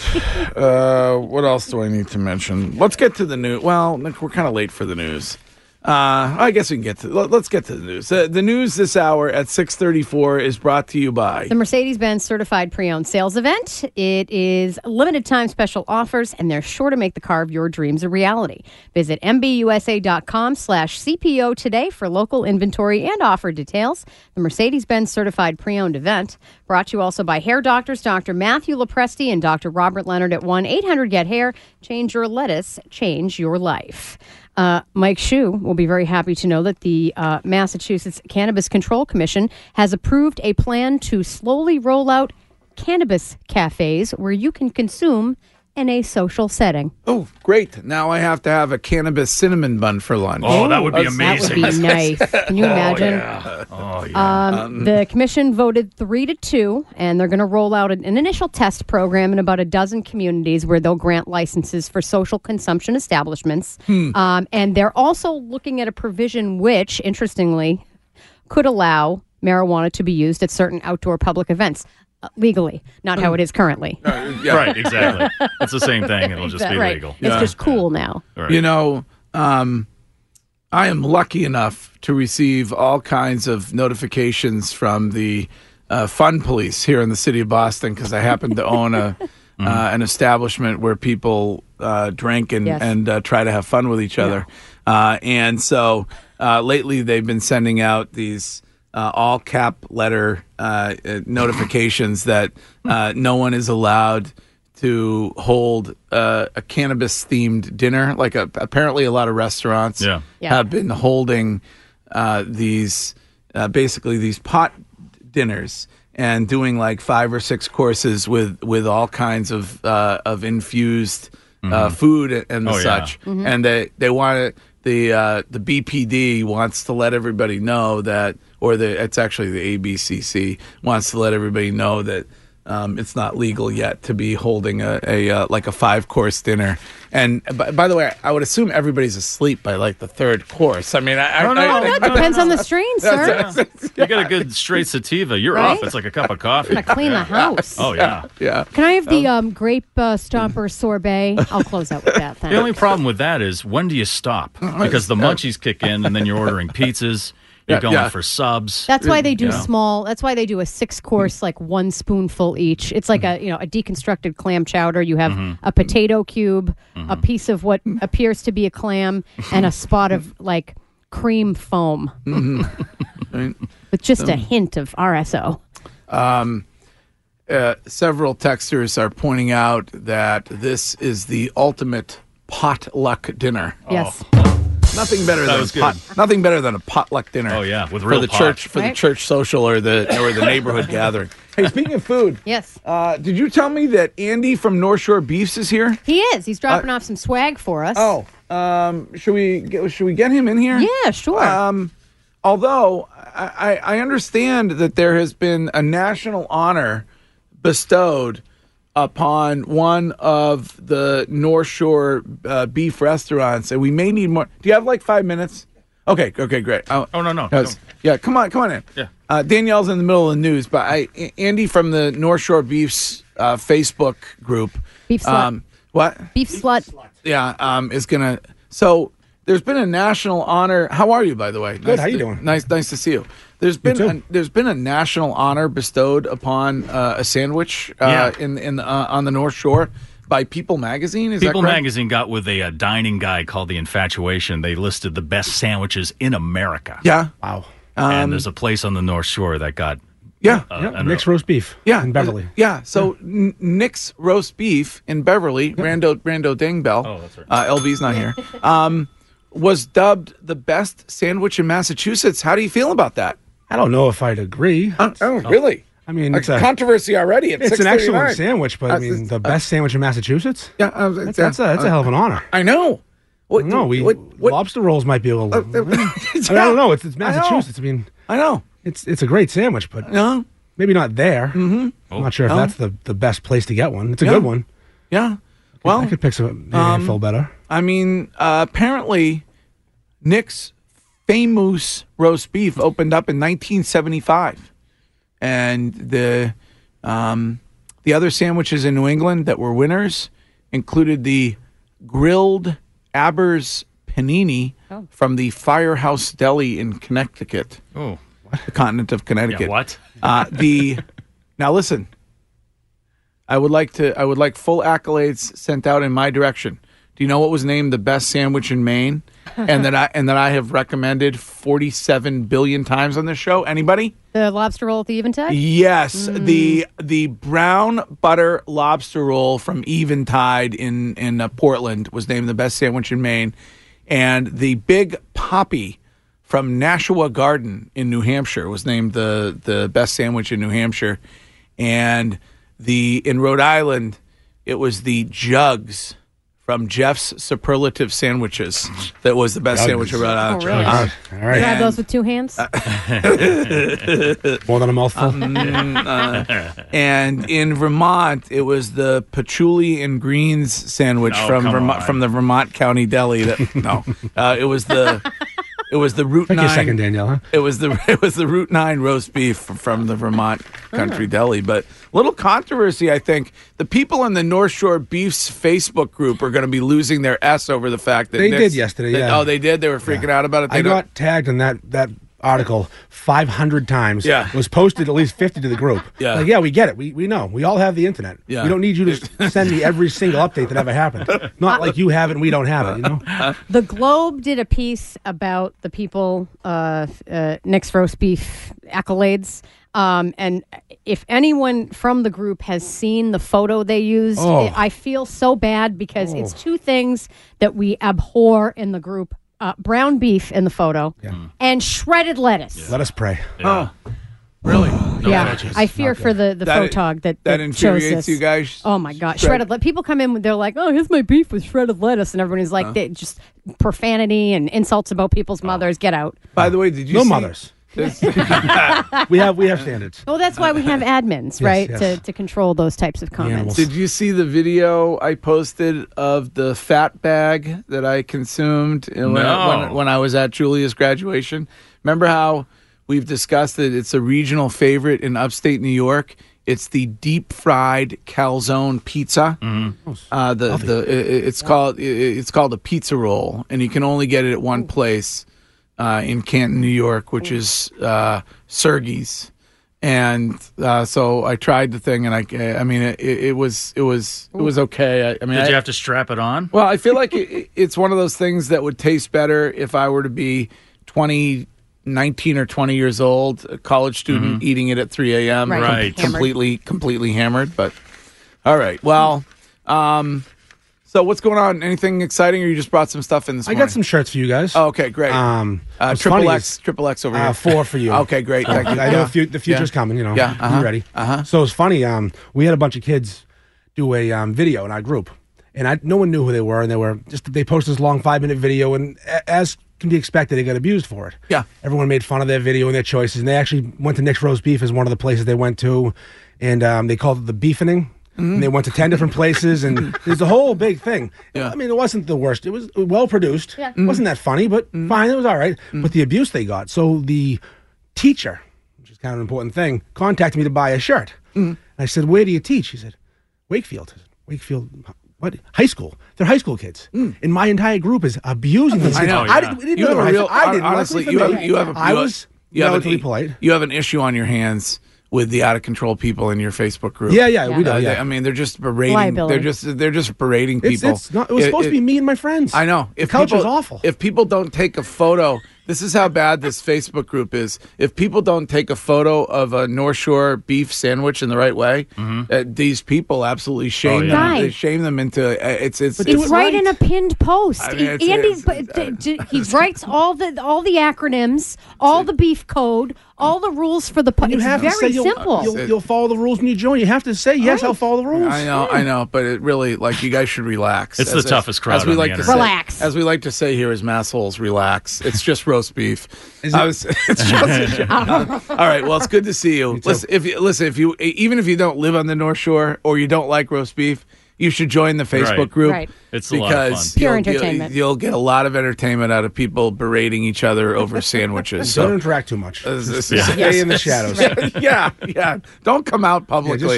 Speaker 7: Uh, what else do I need to mention? Let's get to the news. Well, Nick, we're kind of late for the news. Uh, I guess we can get to. Let, us get to the news. Uh, the news this hour at six thirty four is brought to you by.
Speaker 9: The Mercedes Benz certified pre owned sales event. It is limited time special offers, and they're sure to make the car of your dreams a reality. Visit MBUSA.com slash CPO today for local inventory and offer details. The Mercedes Benz certified pre owned event brought to you also by hair doctors Dr. Matthew Lopresti and Dr. Robert Leonard at 1 800 Get Hair. Change your lettuce, change your life. Uh, Mike Shue will be very happy to know that the uh, Massachusetts Cannabis Control Commission has approved a plan to slowly roll out cannabis cafes where you can consume in a social setting.
Speaker 7: Oh, great! Now I have to have a cannabis cinnamon bun for lunch.
Speaker 8: Oh, that would be
Speaker 7: That's-
Speaker 8: amazing.
Speaker 9: That would be nice. Can you imagine?
Speaker 8: Oh, yeah. Oh, yeah.
Speaker 9: Um, the commission voted three to two, and they're going to roll out an, an initial test program in about a dozen communities where they'll grant licenses for social consumption establishments.
Speaker 16: Hmm.
Speaker 9: Um, and they're also looking at a provision which, interestingly, could allow marijuana to be used at certain outdoor public events uh, legally, not
Speaker 8: Hmm.
Speaker 9: how it is currently.
Speaker 7: yeah.
Speaker 8: Right, exactly. it's the same thing. It'll just be
Speaker 9: Right.
Speaker 8: legal.
Speaker 9: It's just cool now.
Speaker 7: You know, um, I am lucky enough to receive all kinds of notifications from the uh, fun police here in the city of Boston because I happen to own a uh, an establishment where people uh, drink and
Speaker 15: Yes.
Speaker 7: and uh, try to have fun with each other. Uh, and so uh, lately, they've been sending out these. Uh, all cap letter uh, uh, notifications that uh, no one is allowed to hold uh, a cannabis themed dinner. Like a, apparently, a lot of restaurants
Speaker 8: Yeah.
Speaker 9: Yeah.
Speaker 7: have been holding uh, these uh, basically these pot dinners and doing like five or six courses with with all kinds of uh, of infused uh,
Speaker 15: Mhm.
Speaker 7: food and the
Speaker 15: Oh, yeah.
Speaker 7: such.
Speaker 15: Mhm.
Speaker 7: Mm-hmm. And they they want to the uh, the BPD wants to let everybody know that, or the it's actually the ABCC wants to let everybody know that. Um, it's not legal yet to be holding a, a uh, like a five course dinner, and by, by the way, I would assume everybody's asleep by like the third course. I mean, I,
Speaker 8: No,
Speaker 7: I,
Speaker 8: no,
Speaker 7: I,
Speaker 8: no,
Speaker 7: I-
Speaker 8: it
Speaker 9: Oh, Depends on the strain, sir.
Speaker 8: You get a good straight sativa, you're
Speaker 9: Right?
Speaker 8: off. It's like a cup of coffee.
Speaker 9: Gotta clean the
Speaker 8: Yeah.
Speaker 9: house.
Speaker 8: Oh yeah.
Speaker 7: Yeah.
Speaker 9: Can I have the
Speaker 8: Oh.
Speaker 9: um, grape uh, stomper sorbet? I'll close out with that. Thanks.
Speaker 8: The only problem with that is when do you stop? Because the munchies kick in, and then you're ordering pizzas. You're
Speaker 9: Yeah,
Speaker 8: going
Speaker 9: yeah.
Speaker 8: for subs.
Speaker 9: That's why they do
Speaker 8: You know?
Speaker 9: small. That's why they do a six
Speaker 8: Mm-hmm.
Speaker 9: course, like one spoonful each. It's like a you know a deconstructed clam chowder. You have
Speaker 8: Mm-hmm.
Speaker 9: a potato cube, a piece of what appears to be a clam, and a spot of like cream foam
Speaker 8: Mm-hmm.
Speaker 9: with just a
Speaker 7: Um,
Speaker 9: hint of
Speaker 8: Oh.
Speaker 9: RSO.
Speaker 7: Um, uh, several texters are pointing out that this is the ultimate potluck dinner.
Speaker 9: Yes.
Speaker 7: Nothing better
Speaker 8: That
Speaker 7: than
Speaker 8: was
Speaker 7: a pot, nothing better than a potluck dinner. Oh
Speaker 8: yeah, with
Speaker 7: for
Speaker 8: real
Speaker 7: the
Speaker 8: pot.
Speaker 7: church for
Speaker 8: Right.
Speaker 7: the church social or the or the neighborhood gathering. Hey, speaking of food,
Speaker 9: yes.
Speaker 7: Uh, did you tell me that Andy from North Shore Beefs is here?
Speaker 9: He is. He's dropping off some swag for us.
Speaker 7: Oh, um, should we get, should we get him in here?
Speaker 9: Oh. Yeah, sure.
Speaker 7: Um, Although I, I I understand that there has been a national honor bestowed upon one of the North Shore uh, beef restaurants, and we may need more. Do you have like five minutes? Okay, okay, great. Oh,
Speaker 8: no, no,
Speaker 7: yes. yeah, come on, come on in.
Speaker 8: Yeah.
Speaker 7: Uh, Danielle's in the middle of the news, but I, A- Andy from the North Shore Beefs uh, Facebook group.
Speaker 9: Beef slut.
Speaker 7: Um, what?
Speaker 9: Beef slut.
Speaker 7: Yeah, um, is gonna. So there's been a national honor. How are you, by the way?
Speaker 15: Good, how you
Speaker 7: to-
Speaker 15: doing?
Speaker 7: Nice, nice to see you. There's been a, there's been a national honor bestowed upon uh, a sandwich uh, in in uh, on the North Shore by People Magazine. Is
Speaker 8: People
Speaker 7: that correct?
Speaker 8: magazine got with a, uh dining guide called The Infatuation. They listed the best sandwiches in America.
Speaker 7: Yeah.
Speaker 15: Wow.
Speaker 7: Um,
Speaker 8: and there's a place on the North Shore that got
Speaker 7: Yeah.
Speaker 8: uh,
Speaker 15: Yeah,
Speaker 8: an-
Speaker 15: Nick's roast beef.
Speaker 7: Yeah,
Speaker 15: in Beverly.
Speaker 7: Yeah, so N- Nick's roast beef in Beverly, Rando Rando Dangbell. Oh, that's right. Uh, LB's not here. Um, was dubbed the best sandwich in Massachusetts. How do you feel about that?
Speaker 15: I don't know if I'd agree.
Speaker 7: Oh, really?
Speaker 15: I mean,
Speaker 7: A
Speaker 15: it's, a,
Speaker 7: controversy already. At
Speaker 15: it's an
Speaker 7: 6:39.
Speaker 15: excellent sandwich, but I
Speaker 7: Uh,
Speaker 15: mean,
Speaker 7: it's-
Speaker 15: the best sandwich in Massachusetts?
Speaker 7: Yeah, uh,
Speaker 15: That's, that's a, that's a hell of an honor.
Speaker 7: I know. What, Oh,
Speaker 15: no, we lobster rolls might be a little. I, mean, I don't know. It's, it's
Speaker 7: I know.
Speaker 15: Massachusetts. I, mean,
Speaker 7: I know
Speaker 15: it's it's a great sandwich, but
Speaker 7: no,
Speaker 15: maybe not there. Mm-hmm. I'm not sure if
Speaker 7: No.
Speaker 15: that's the, the best place to get one. It's a
Speaker 7: Yeah.
Speaker 15: good one. I
Speaker 7: Yeah. Well,
Speaker 15: could pick some. Maybe
Speaker 7: um,
Speaker 15: I feel better.
Speaker 7: I mean, uh, apparently, Nick's famous roast beef opened up in 1975, and the um, the other sandwiches in New England that were winners included the grilled Abers panini from the Firehouse Deli in Connecticut.
Speaker 8: Oh,
Speaker 7: the continent of Connecticut.
Speaker 8: Yeah, what?
Speaker 7: Uh, the now listen. I would like to. I would like full accolades sent out in my direction. Do you know what was named the best sandwich in Maine, and that I and that I have recommended forty-seven billion times on this show? Anybody?
Speaker 9: The lobster roll at the Eventide?
Speaker 7: Yes, the the brown butter lobster roll from Eventide in in uh, Portland was named the best sandwich in Maine, and the big poppy from Nashua Garden in New Hampshire was named the the best sandwich in New Hampshire, and the in Rhode Island it was the jugs. From Jeff's Superlative Sandwiches, that was the best sandwich in Rhode Island.
Speaker 9: Oh, really?
Speaker 7: Uh,
Speaker 15: All right.
Speaker 9: You have
Speaker 7: and-
Speaker 9: those with two hands?
Speaker 7: Uh,
Speaker 15: More than a mouthful.
Speaker 7: um, uh, and in Vermont, it was the patchouli and greens sandwich
Speaker 8: Oh,
Speaker 7: from
Speaker 8: come
Speaker 7: Vermont
Speaker 8: on.
Speaker 7: from the Vermont County Deli. That no, uh, it was the it was the Route
Speaker 15: Take
Speaker 7: Nine.
Speaker 15: a second, Danielle. Huh?
Speaker 7: It was the it was the Route Nine roast beef from the Vermont Country
Speaker 8: Ah.
Speaker 7: Deli, but little controversy. I think the people in the North Shore Beefs Facebook group are going to be losing their s over the fact that
Speaker 15: They
Speaker 7: Nick's-
Speaker 15: did yesterday,
Speaker 7: that-
Speaker 15: yeah.
Speaker 7: oh, they did. They were freaking out about it. They
Speaker 15: I
Speaker 7: don't-
Speaker 15: got tagged in that that article 500 times.
Speaker 7: Yeah.
Speaker 15: It was posted at least 50 to the group.
Speaker 7: Yeah.
Speaker 15: Like, yeah, we get it. We, we know. We all have the internet.
Speaker 7: Yeah.
Speaker 15: We don't need you to send me every single update that ever happened. Not like you have it and we don't have it, you know?
Speaker 9: The Globe did a piece about the people, uh, uh, Nick's roast beef accolades. Um, and if anyone from the group has seen the photo they used,
Speaker 16: Oh.
Speaker 9: I feel so bad because it's
Speaker 16: Oh.
Speaker 9: two things that we abhor in the group uh, brown beef in the photo and shredded lettuce.
Speaker 15: Let us pray.
Speaker 7: Oh, really?
Speaker 8: Oh,
Speaker 9: yeah, I fear for the the
Speaker 7: That-
Speaker 9: photog that
Speaker 7: that
Speaker 9: chose
Speaker 7: infuriates
Speaker 9: this.
Speaker 7: you guys?
Speaker 9: Oh my god,
Speaker 7: Shred-
Speaker 9: shredded lettuce. People come in, they're like, "Oh, here's my beef with shredded lettuce," and everybody's like,
Speaker 7: Huh.
Speaker 9: they, "Just profanity and insults about
Speaker 15: Oh.
Speaker 9: people's mothers. Get out."
Speaker 7: By the way, did you
Speaker 15: No
Speaker 7: see-
Speaker 15: mothers.
Speaker 7: This-
Speaker 15: we have we have standards.
Speaker 9: Well, that's why we have admins,
Speaker 7: Yes,
Speaker 9: right,
Speaker 7: yes.
Speaker 9: to to control those types of comments.
Speaker 7: Did you see the video I posted of the fat bag that I consumed in- when,
Speaker 8: No.
Speaker 7: when, when I was at Julia's graduation? Remember how we've discussed that it's a regional favorite in upstate New York? It's the deep fried calzone pizza. Uh, the the i- i- it's called i- i- it's called a pizza roll, and you can only get it at one place uh, in Canton, New York, which is uh, Sergey's. And uh, so I tried the thing, and I I mean it, it was it was it was okay. I, I mean,
Speaker 8: Did
Speaker 7: I-
Speaker 8: you have to strap it on?
Speaker 7: well, I feel like it, it's one of those things that would taste better if I were to be 20, 19 or 20 years old, a college student
Speaker 8: Mm-hmm.
Speaker 7: eating it at 3 a.m.
Speaker 8: Right.
Speaker 7: com-
Speaker 8: Right.
Speaker 7: Completely, completely hammered. But all right. Well, um, so what's going on? Anything exciting or you just brought some stuff in this
Speaker 15: I
Speaker 7: morning?
Speaker 15: got some shirts for you guys.
Speaker 7: Oh, okay, great.
Speaker 15: Um,
Speaker 7: Uh,
Speaker 15: what's
Speaker 7: triple
Speaker 15: funny
Speaker 7: X,
Speaker 15: is-
Speaker 7: triple X over
Speaker 15: uh,
Speaker 7: here.
Speaker 15: Four for you.
Speaker 7: Okay, great. Thank you.
Speaker 15: I know
Speaker 7: Yeah.
Speaker 15: fu- the future's
Speaker 7: Yeah.
Speaker 15: coming. You know.
Speaker 7: Yeah.
Speaker 15: You
Speaker 7: Uh-huh.
Speaker 15: ready? Uh huh. So it's funny. Um, we had a bunch of kids do a um, video in our group, and I no one knew who they were, and they were just they posted this long five minute video, and a- as can be expected they got abused for it.
Speaker 7: Yeah.
Speaker 15: Everyone made fun of their video and their choices, and they actually went to Nick's Roast Beef as one of the places they went to, and um, they called it the beefening. And they went to ten different places, and there's a whole big thing. I mean, it wasn't the worst. It was well produced.
Speaker 9: Yeah. Mm.
Speaker 15: It Mm. wasn't that funny, but fine. It was all right. But the abuse they got. So the teacher, which is kind of an important thing, contacted me to buy a shirt.
Speaker 9: Mm.
Speaker 15: And I said, "Where do you teach?" He said, "Wakefield." I said, Wakefield. What high school? They're high school kids,
Speaker 9: Mm.
Speaker 15: and my entire group is abusing these
Speaker 7: I
Speaker 15: kids.
Speaker 7: know.
Speaker 15: I didn't, we didn't
Speaker 7: you
Speaker 15: know
Speaker 7: have
Speaker 15: that.
Speaker 7: a
Speaker 15: I
Speaker 7: real.
Speaker 15: said, I didn't. Luckily
Speaker 7: Honestly,
Speaker 15: for
Speaker 7: you
Speaker 15: me,
Speaker 7: have you have. A,
Speaker 15: I
Speaker 7: you
Speaker 15: was
Speaker 7: You have,
Speaker 15: relatively
Speaker 7: an,
Speaker 15: polite.
Speaker 7: you have an issue on your hands with the out of control people in your Facebook group.
Speaker 15: Yeah, yeah, we Yeah. do,
Speaker 7: they-
Speaker 15: yeah.
Speaker 7: I mean, they're just berating.
Speaker 15: Liability.
Speaker 7: They're just they're just berating
Speaker 15: It's,
Speaker 7: people.
Speaker 15: it's not, it was supposed to be me and my friends.
Speaker 7: I know.
Speaker 15: The culture's
Speaker 7: people-
Speaker 15: awful.
Speaker 7: If people don't take a photo, this is how bad this Facebook group is. If people don't take a photo of a North Shore beef sandwich in the right way, uh, these people absolutely shame
Speaker 9: Mm-hmm. Oh, yeah.
Speaker 7: them.
Speaker 9: Right.
Speaker 7: They shame them into uh, it's it's
Speaker 9: It's right, in a pinned post.
Speaker 7: I mean,
Speaker 9: He-
Speaker 7: it's- uh,
Speaker 9: Andy's, but, d- d- he writes all the all the acronyms, all the beef code, all the rules for the. Po-
Speaker 15: You
Speaker 9: it's
Speaker 15: have
Speaker 9: very
Speaker 15: to say you'll,
Speaker 9: simple.
Speaker 15: You'll, you'll follow the rules when you join. You have to say yes. I'll follow the rules.
Speaker 7: I know, I know, but it really like you guys should relax.
Speaker 8: It's the toughest crowd
Speaker 7: As we
Speaker 8: on the
Speaker 7: like to
Speaker 8: internet.
Speaker 7: say-
Speaker 8: Relax.
Speaker 7: as we like to say here, is massholes relax. It's just roast beef. I was- it's just-
Speaker 8: Oh.
Speaker 7: all right. Well, it's good to see you. Listen, if you listen, if you even if you don't live on the North Shore or you don't like roast beef. You should join the Facebook
Speaker 8: Right.
Speaker 7: group
Speaker 8: Right. It's a lot of fun.
Speaker 7: because
Speaker 8: Pure
Speaker 7: you'll- you'll-
Speaker 8: entertainment.
Speaker 7: You'll, get a lot of entertainment out of people berating each other over sandwiches.
Speaker 15: Don't
Speaker 7: So
Speaker 15: interact too much.
Speaker 7: this is-
Speaker 15: Just Stay in the shadows.
Speaker 7: yeah, yeah. Don't come out
Speaker 15: Yeah,
Speaker 7: publicly.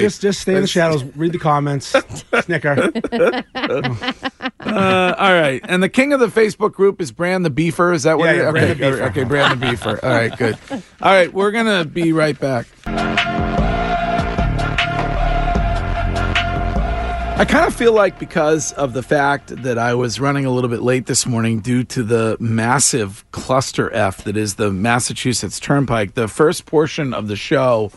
Speaker 15: just, just, just stay in the shadows. Read the comments. Snicker.
Speaker 7: uh, all right. And the king of the Facebook group is Brand the Beefer. Is that what?
Speaker 15: Yeah,
Speaker 7: it-
Speaker 15: yeah,
Speaker 7: okay,
Speaker 15: Brand the
Speaker 7: all right,
Speaker 15: Beefer.
Speaker 7: okay, Brand the Beefer. All right, good. All right, we're gonna be right back. I kind of feel like because of the fact that I was running a little bit late this morning due to the massive cluster F that is the Massachusetts Turnpike, the first portion of the show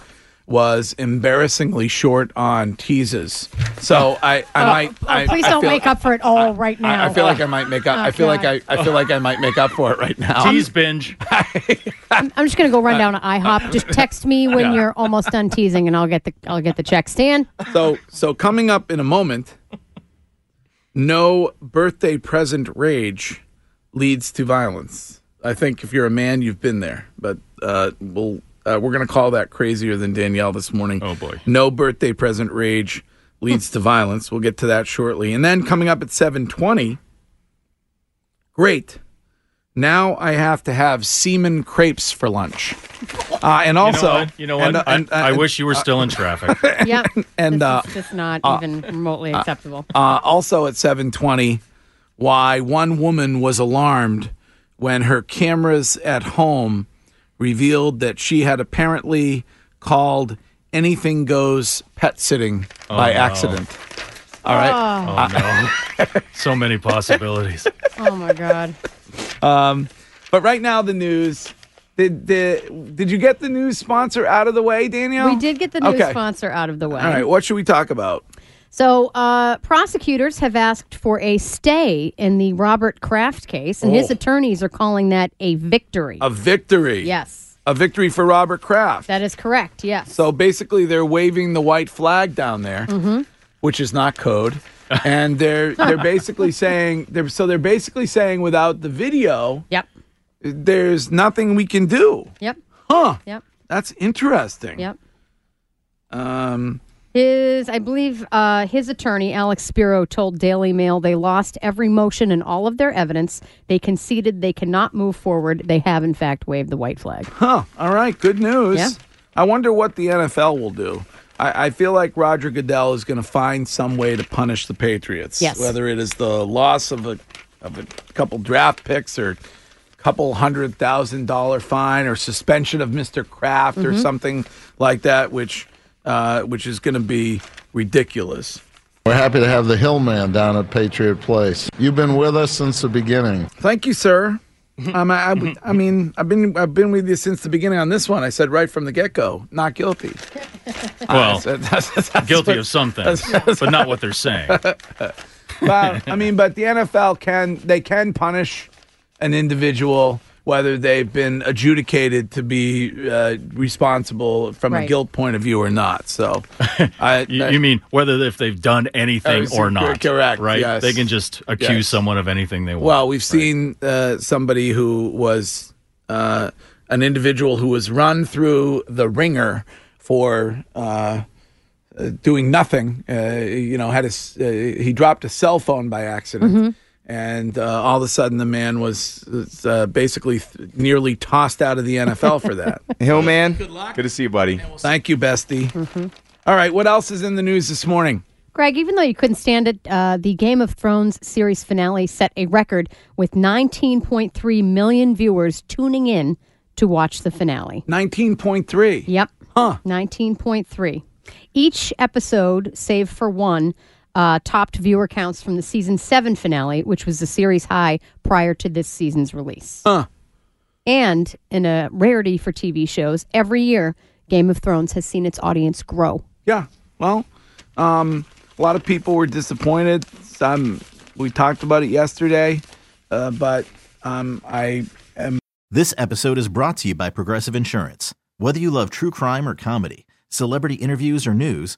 Speaker 7: was embarrassingly short on teases. So I, I
Speaker 9: Oh,
Speaker 7: might.
Speaker 9: oh,
Speaker 7: I,
Speaker 9: please
Speaker 7: I
Speaker 9: don't
Speaker 7: feel-
Speaker 9: make up for it all right now.
Speaker 7: I, I feel like I might make up.
Speaker 9: Oh,
Speaker 7: I feel
Speaker 9: God.
Speaker 7: like I, I feel like I might make up for it right now.
Speaker 9: Tease
Speaker 8: binge.
Speaker 9: I'm, I'm just gonna go run down to IHOP. Just text me when
Speaker 7: Yeah.
Speaker 9: you're almost done teasing, and I'll get the I'll get the check. Stan,
Speaker 7: So so coming up in a moment, no birthday present rage leads to violence. I think if you're a man, you've been there. But uh, we'll uh, we're gonna call that crazier than Danielle this morning. Oh boy! No birthday present rage leads to violence. We'll get to that shortly. And then coming up at seven twenty, great. Now I have to have semen crepes for lunch. Uh, and also,
Speaker 8: you know what? You
Speaker 7: and,
Speaker 8: know
Speaker 7: uh,
Speaker 8: what?
Speaker 7: and, uh,
Speaker 8: I, I
Speaker 7: and-
Speaker 8: wish you were still in traffic.
Speaker 9: yeah,
Speaker 7: and uh,
Speaker 9: it's just not
Speaker 7: uh,
Speaker 9: even remotely
Speaker 7: uh,
Speaker 9: acceptable.
Speaker 7: Uh, also at 7:20, why one woman was alarmed when her cameras at home revealed that she had apparently called anything goes pet sitting
Speaker 8: Oh,
Speaker 7: by
Speaker 8: no.
Speaker 7: accident. All right.
Speaker 9: Ah.
Speaker 8: Oh,
Speaker 7: Uh,
Speaker 8: no. so many possibilities.
Speaker 9: oh my god.
Speaker 7: Um, but right now the news. Did, did did you get the news sponsor out of the way, Danielle?
Speaker 9: We did get the news
Speaker 7: Okay.
Speaker 9: sponsor out of the way.
Speaker 7: All right. What should we talk about?
Speaker 9: So, uh, prosecutors have asked for a stay in the Robert Kraft case, and his
Speaker 7: Oh.
Speaker 9: attorneys are calling that a victory.
Speaker 7: A victory.
Speaker 9: Yes,
Speaker 7: A victory for Robert Kraft.
Speaker 9: that is correct. Yes.
Speaker 7: So basically, they're waving the white flag down there,
Speaker 9: Mm-hmm.
Speaker 7: which is not code, and they're they're basically saying they're so they're basically saying without the video,
Speaker 9: yep,
Speaker 7: there's nothing we can do,
Speaker 9: Yep.
Speaker 7: huh?
Speaker 9: Yep.
Speaker 7: That's interesting.
Speaker 9: Yep.
Speaker 7: Um.
Speaker 9: His, I believe, uh, his attorney Alex Spiro told Daily Mail they lost every motion and all of their evidence. They conceded they cannot move forward. They have, in fact, waved the white flag.
Speaker 7: Huh. All right. Good news.
Speaker 9: Yeah.
Speaker 7: I wonder what the NFL will do. I, I feel like Roger Goodell is going to find some way to punish the Patriots.
Speaker 9: Yes.
Speaker 7: Whether it is the loss of a of a couple draft picks or couple hundred thousand dollar fine or suspension of Mr. Kraft or
Speaker 16: Mhm.
Speaker 7: something like that, which uh, which is going to be ridiculous.
Speaker 16: We're happy to have the Hillman down at Patriot Place. You've been with us since the beginning.
Speaker 7: Thank you, sir. Um, I, I would- I mean, I've been I've been with you since the beginning on this one. I said right from the get go, not guilty.
Speaker 8: Well,
Speaker 7: I said- that's- that's
Speaker 8: guilty
Speaker 7: what-
Speaker 8: of some things,
Speaker 7: that's-
Speaker 8: but not what they're saying.
Speaker 7: well, I mean, but the NFL can they can punish an individual whether they've been adjudicated to be uh, responsible from a
Speaker 8: Right.
Speaker 7: guilt point of view or not. So, I,
Speaker 8: You, you mean whether if they've done anything
Speaker 7: Everything-
Speaker 8: or not?
Speaker 7: Oh, correct,
Speaker 8: Right?
Speaker 7: yes.
Speaker 8: They can just accuse
Speaker 7: Yes.
Speaker 8: someone of anything they want.
Speaker 7: Well, we've seen uh, somebody who was uh, an individual who was run through the ringer for uh, uh, doing nothing. Uh, you know, had his, uh, he dropped a cell phone by accident. And uh, all of a sudden, the man was uh, basically th- nearly tossed out of the NFL for that.
Speaker 17: Hillman, good, to see you, buddy.
Speaker 7: Thank you, Bestie. All right, what else is in the news this morning?
Speaker 9: Greg, even though you couldn't stand it, uh, the Game of Thrones series finale set a record with 19.3 million viewers tuning in to watch the finale.
Speaker 7: 19.3.
Speaker 9: Yep. Huh. 19.3. Each episode, save for one, uh, topped viewer counts from the season seven finale, which was the series high prior to this season's release.
Speaker 7: Huh.
Speaker 9: And in a rarity for TV shows, every year Game of Thrones has seen its audience grow.
Speaker 7: Yeah. Well, um, a lot of people were disappointed. Some we talked about it yesterday, uh, but um, I am
Speaker 18: This episode is brought to you by Progressive Insurance. Whether you love true crime or comedy, celebrity interviews or news,